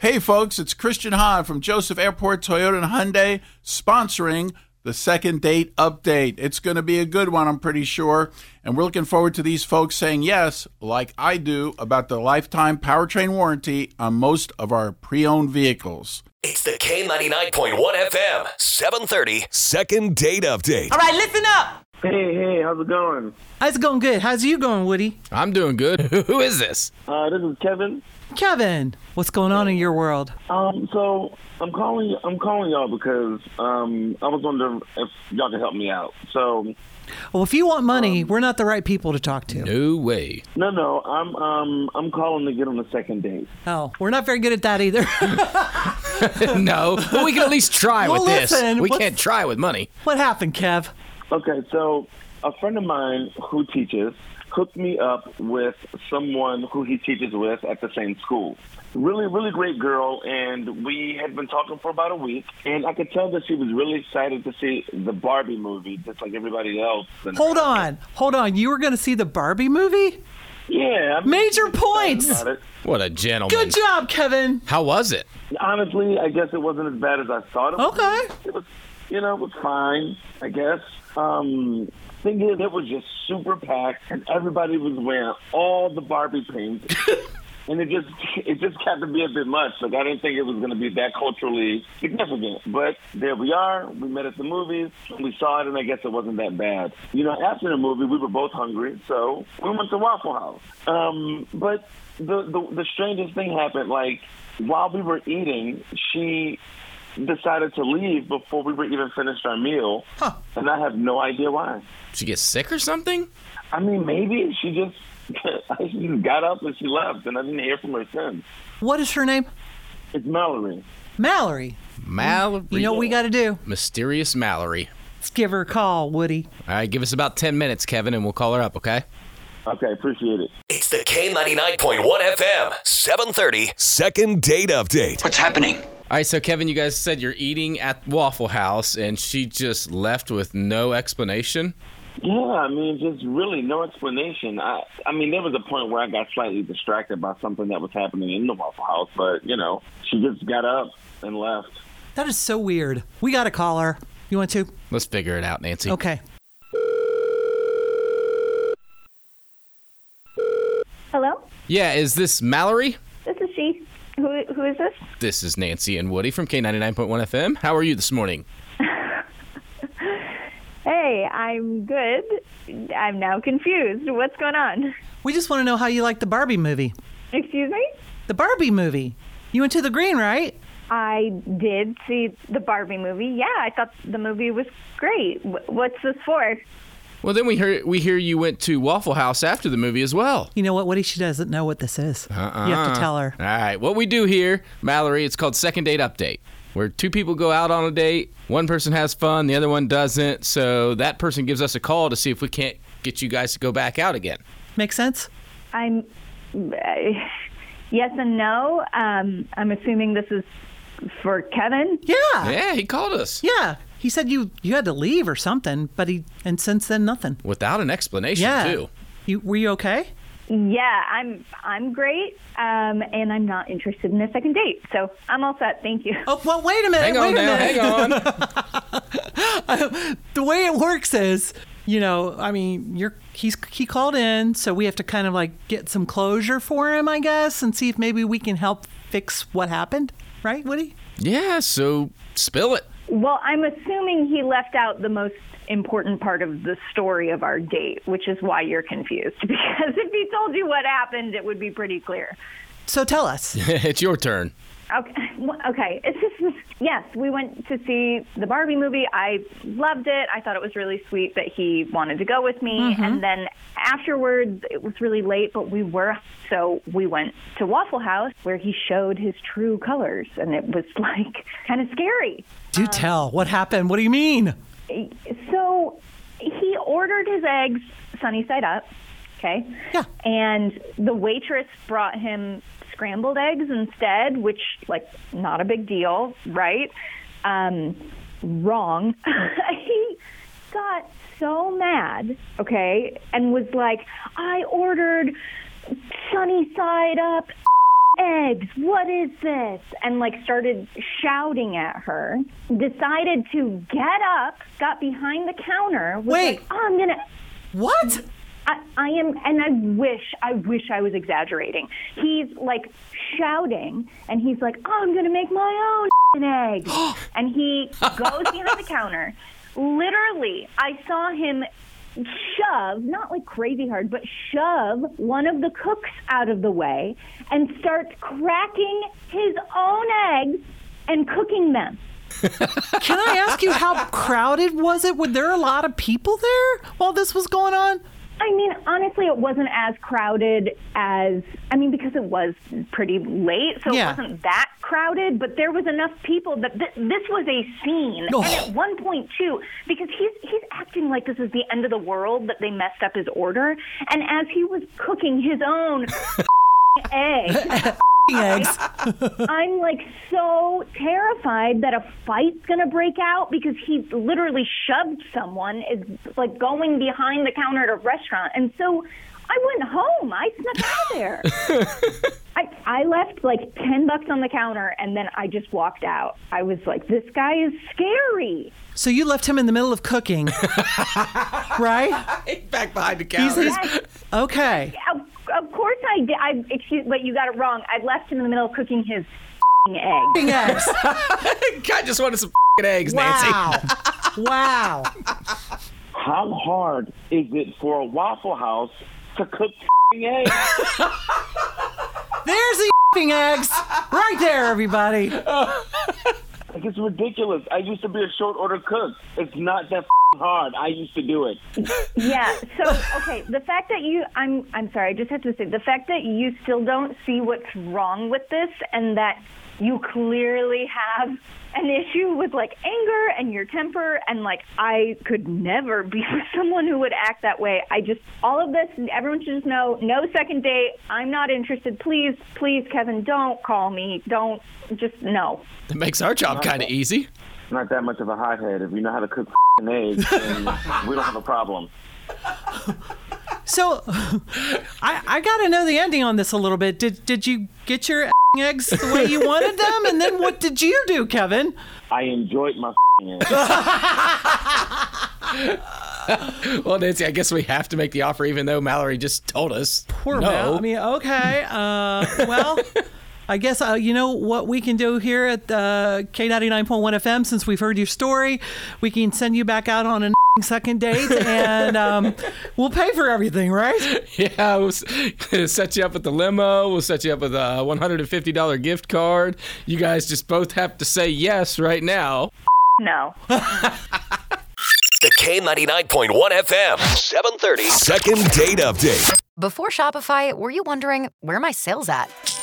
Hey, folks, it's Christian Hahn from Joseph Airport Toyota and Hyundai sponsoring the second date update. It's going to be a good one, I'm pretty sure. And we're looking forward to these folks saying yes, like I do, about the lifetime powertrain warranty on most of our pre owned vehicles. It's the K99.1 FM, 730. Second date update. All right, listen up. Hey, hey, how's it going? It's going good. How's you going, Woody? I'm doing good. Who is this? Uh, this is Kevin. Kevin, what's going on in your world? Um, so I'm calling I'm calling y'all because um, I was wondering if y'all could help me out. So Well, if you want Um, money, we're not the right people to talk to. No way. no, no, I'm um, I'm calling to get on a second date. Oh, we're not very good at that either. no, but we can at least try Well, with this. listen, we what's- can't try with money. what happened, Kev? Okay, so a friend of mine who teaches hooked me up with someone who he teaches with at the same school. Really, really great girl, and we had been talking for about a week, and I could tell that she was really excited to see the Barbie movie, just like everybody else. And- Hold on, hold on. You were going to see the Barbie movie? Yeah. I'm Major excited points. about it. What a gentleman. Good job, Kevin. How was it? Honestly, I guess it wasn't as bad as I thought it was. Okay. It was, you know, it was fine, I guess. Um, thing is, it was just super packed, and everybody was wearing all the Barbie paint. And it just it just got to be a bit much. Like I didn't think it was going to be that culturally significant. But there we are. We met at the movies. We saw it, and I guess it wasn't that bad. You know, after the movie, we were both hungry, so we went to Waffle House. Um, but the, the the strangest thing happened. Like while we were eating, she decided to leave before we were even finished our meal, and I have no idea why. Did you get sick or something? I mean, maybe she just she just got up and she left, and I didn't hear from her since. What is her name? It's Mallory. Mallory. Mallory. You know what we got to do? Mysterious Mallory. Let's give her a call, Woody. All right, give us about 10 minutes, Kevin, and we'll call her up, okay? Okay, appreciate it. It's the K99.1 FM, 730. Second date update. What's happening? All right, so Kevin, you guys said you're eating at Waffle House, and she just left with no explanation. Yeah, I mean, just really no explanation. I, I mean, there was a point where I got slightly distracted by something that was happening in the Waffle House, but you know, she just got up and left. That is so weird. We got to call her. You want to? Let's figure it out, Nancy. Okay. Hello, Yeah, is this Mallory? this is she. Who who is this? This is Nancy and Woody from K99.1 FM. How are you this morning? Hey, I'm good. I'm now confused. What's going on? We just want to know how you like the Barbie movie. Excuse me. The Barbie movie. You went to the green, right? I did see the Barbie movie. Yeah, I thought the movie was great. Wh- What's this for? Well, then we hear we hear you went to Waffle House after the movie as well. You know what, Woody? She doesn't know what this is. You Uh-uh. have to tell her. Ah. All right, what we do here, Mallory, it's called second date update, where two people go out on a date, one person has fun, the other one doesn't. So that person gives us a call to see if we can't get you guys to go back out again. Make sense? I'm. I- yes and no. Um, I'm assuming this is for Kevin. Yeah. Yeah, he called us Ah. Yeah. He said you you had to leave or something, but he and since then nothing. without an explanation Yeah. too. You were you okay? Yeah, I'm. I'm great. Um, and I'm not interested in a second date, so I'm all set. Thank you. Oh well wait a minute. Hang wait on a now, minute. hang on. the way it works is you know i mean you're he's he called in so we have to kind of like get some closure for him i guess and see if maybe we can help fix what happened right woody yeah, so spill it. Well, I'm assuming he left out the most important part of the story of our date, which is why you're confused. Because if he told you what happened, it would be pretty clear. so tell us it's your turn. Okay. well, Okay. It's just- yes, we went to see the Barbie movie. I loved it. I thought it was really sweet that he wanted to go with me. And then afterwards, it was really late, but we were so we went to Waffle House where he showed his true colors, and it was like kind of scary. do tell what happened what do you mean So he ordered his eggs sunny side up. Okay. Yeah. And the waitress brought him scrambled eggs instead, which like not a big deal, right? Um, wrong. he got so mad, okay, and was like, I ordered sunny side up eggs. What is this? And like started shouting at her. Decided to get up, got behind the counter. Was Wait. Like, oh, I'm going to. What? I, I am, and I wish, I wish I was exaggerating. He's like shouting, and he's like, oh, I'm going to make my own egg. and he goes behind the counter. Literally, I saw him shove, not like crazy hard, but shove one of the cooks out of the way and start cracking his own eggs and cooking them. Can I ask you how crowded was it? Were there a lot of people there while this was going on? I mean, honestly, it wasn't as crowded as I mean because it was pretty late, so Yeah. it wasn't that crowded. But there was enough people that th- this was a scene. Oh. And at one point too, because he's he's acting like this is the end of the world that they messed up his order, and as he was cooking his own egg, Eggs. I'm like so terrified that a fight's gonna break out because he literally shoved someone is like going behind the counter at a restaurant, and so I went home. I snuck out of there. I, I left like ten bucks on the counter, and then I just walked out. I was like, this guy is scary. So you left him in the middle of cooking, right? Back behind the He's, counter. he's- okay. Of, of course I did. I excuse, but you got it wrong. I left him in the middle of cooking his egg. Eggs. I just wanted some eggs, Nancy. Wow. Wow. How hard is it for a Waffle House to cook eggs? There's the eggs right there, everybody. Like, it's ridiculous. I used to be a short order cook. It's not that hard. I used to do it. Yeah. So okay, the fact that you I'm I'm sorry, I just have to say the fact that you still don't see what's wrong with this and that you clearly have an issue with like anger and your temper and like I could never be with someone who would act that way. I just all of this and everyone should just know no second date. I'm not interested. Please, please Kevin, don't call me. Don't just no. That makes our job kind of easy. Not that much of a hothead. If you know how to cook eggs, then we don't have a problem. So I, I got to know the ending on this a little bit. Did, did you get your eggs the way you wanted them? And then what did you do, Kevin? I enjoyed my eggs. Well, Nancy, I guess we have to make the offer, even though Mallory just told us. Poor no. Mal. I mean, okay. Uh, well, I guess uh, you know what we can do here at uh, K99.1 FM. Since we've heard your story, we can send you back out on a second date, and um, we'll pay for everything, right? yeah, we'll s- set you up with the limo. We'll set you up with a $150 gift card. You guys just both have to say yes right now. No. The K99.1 FM, 730. Second date update. Before Shopify, were you wondering where are my sales at?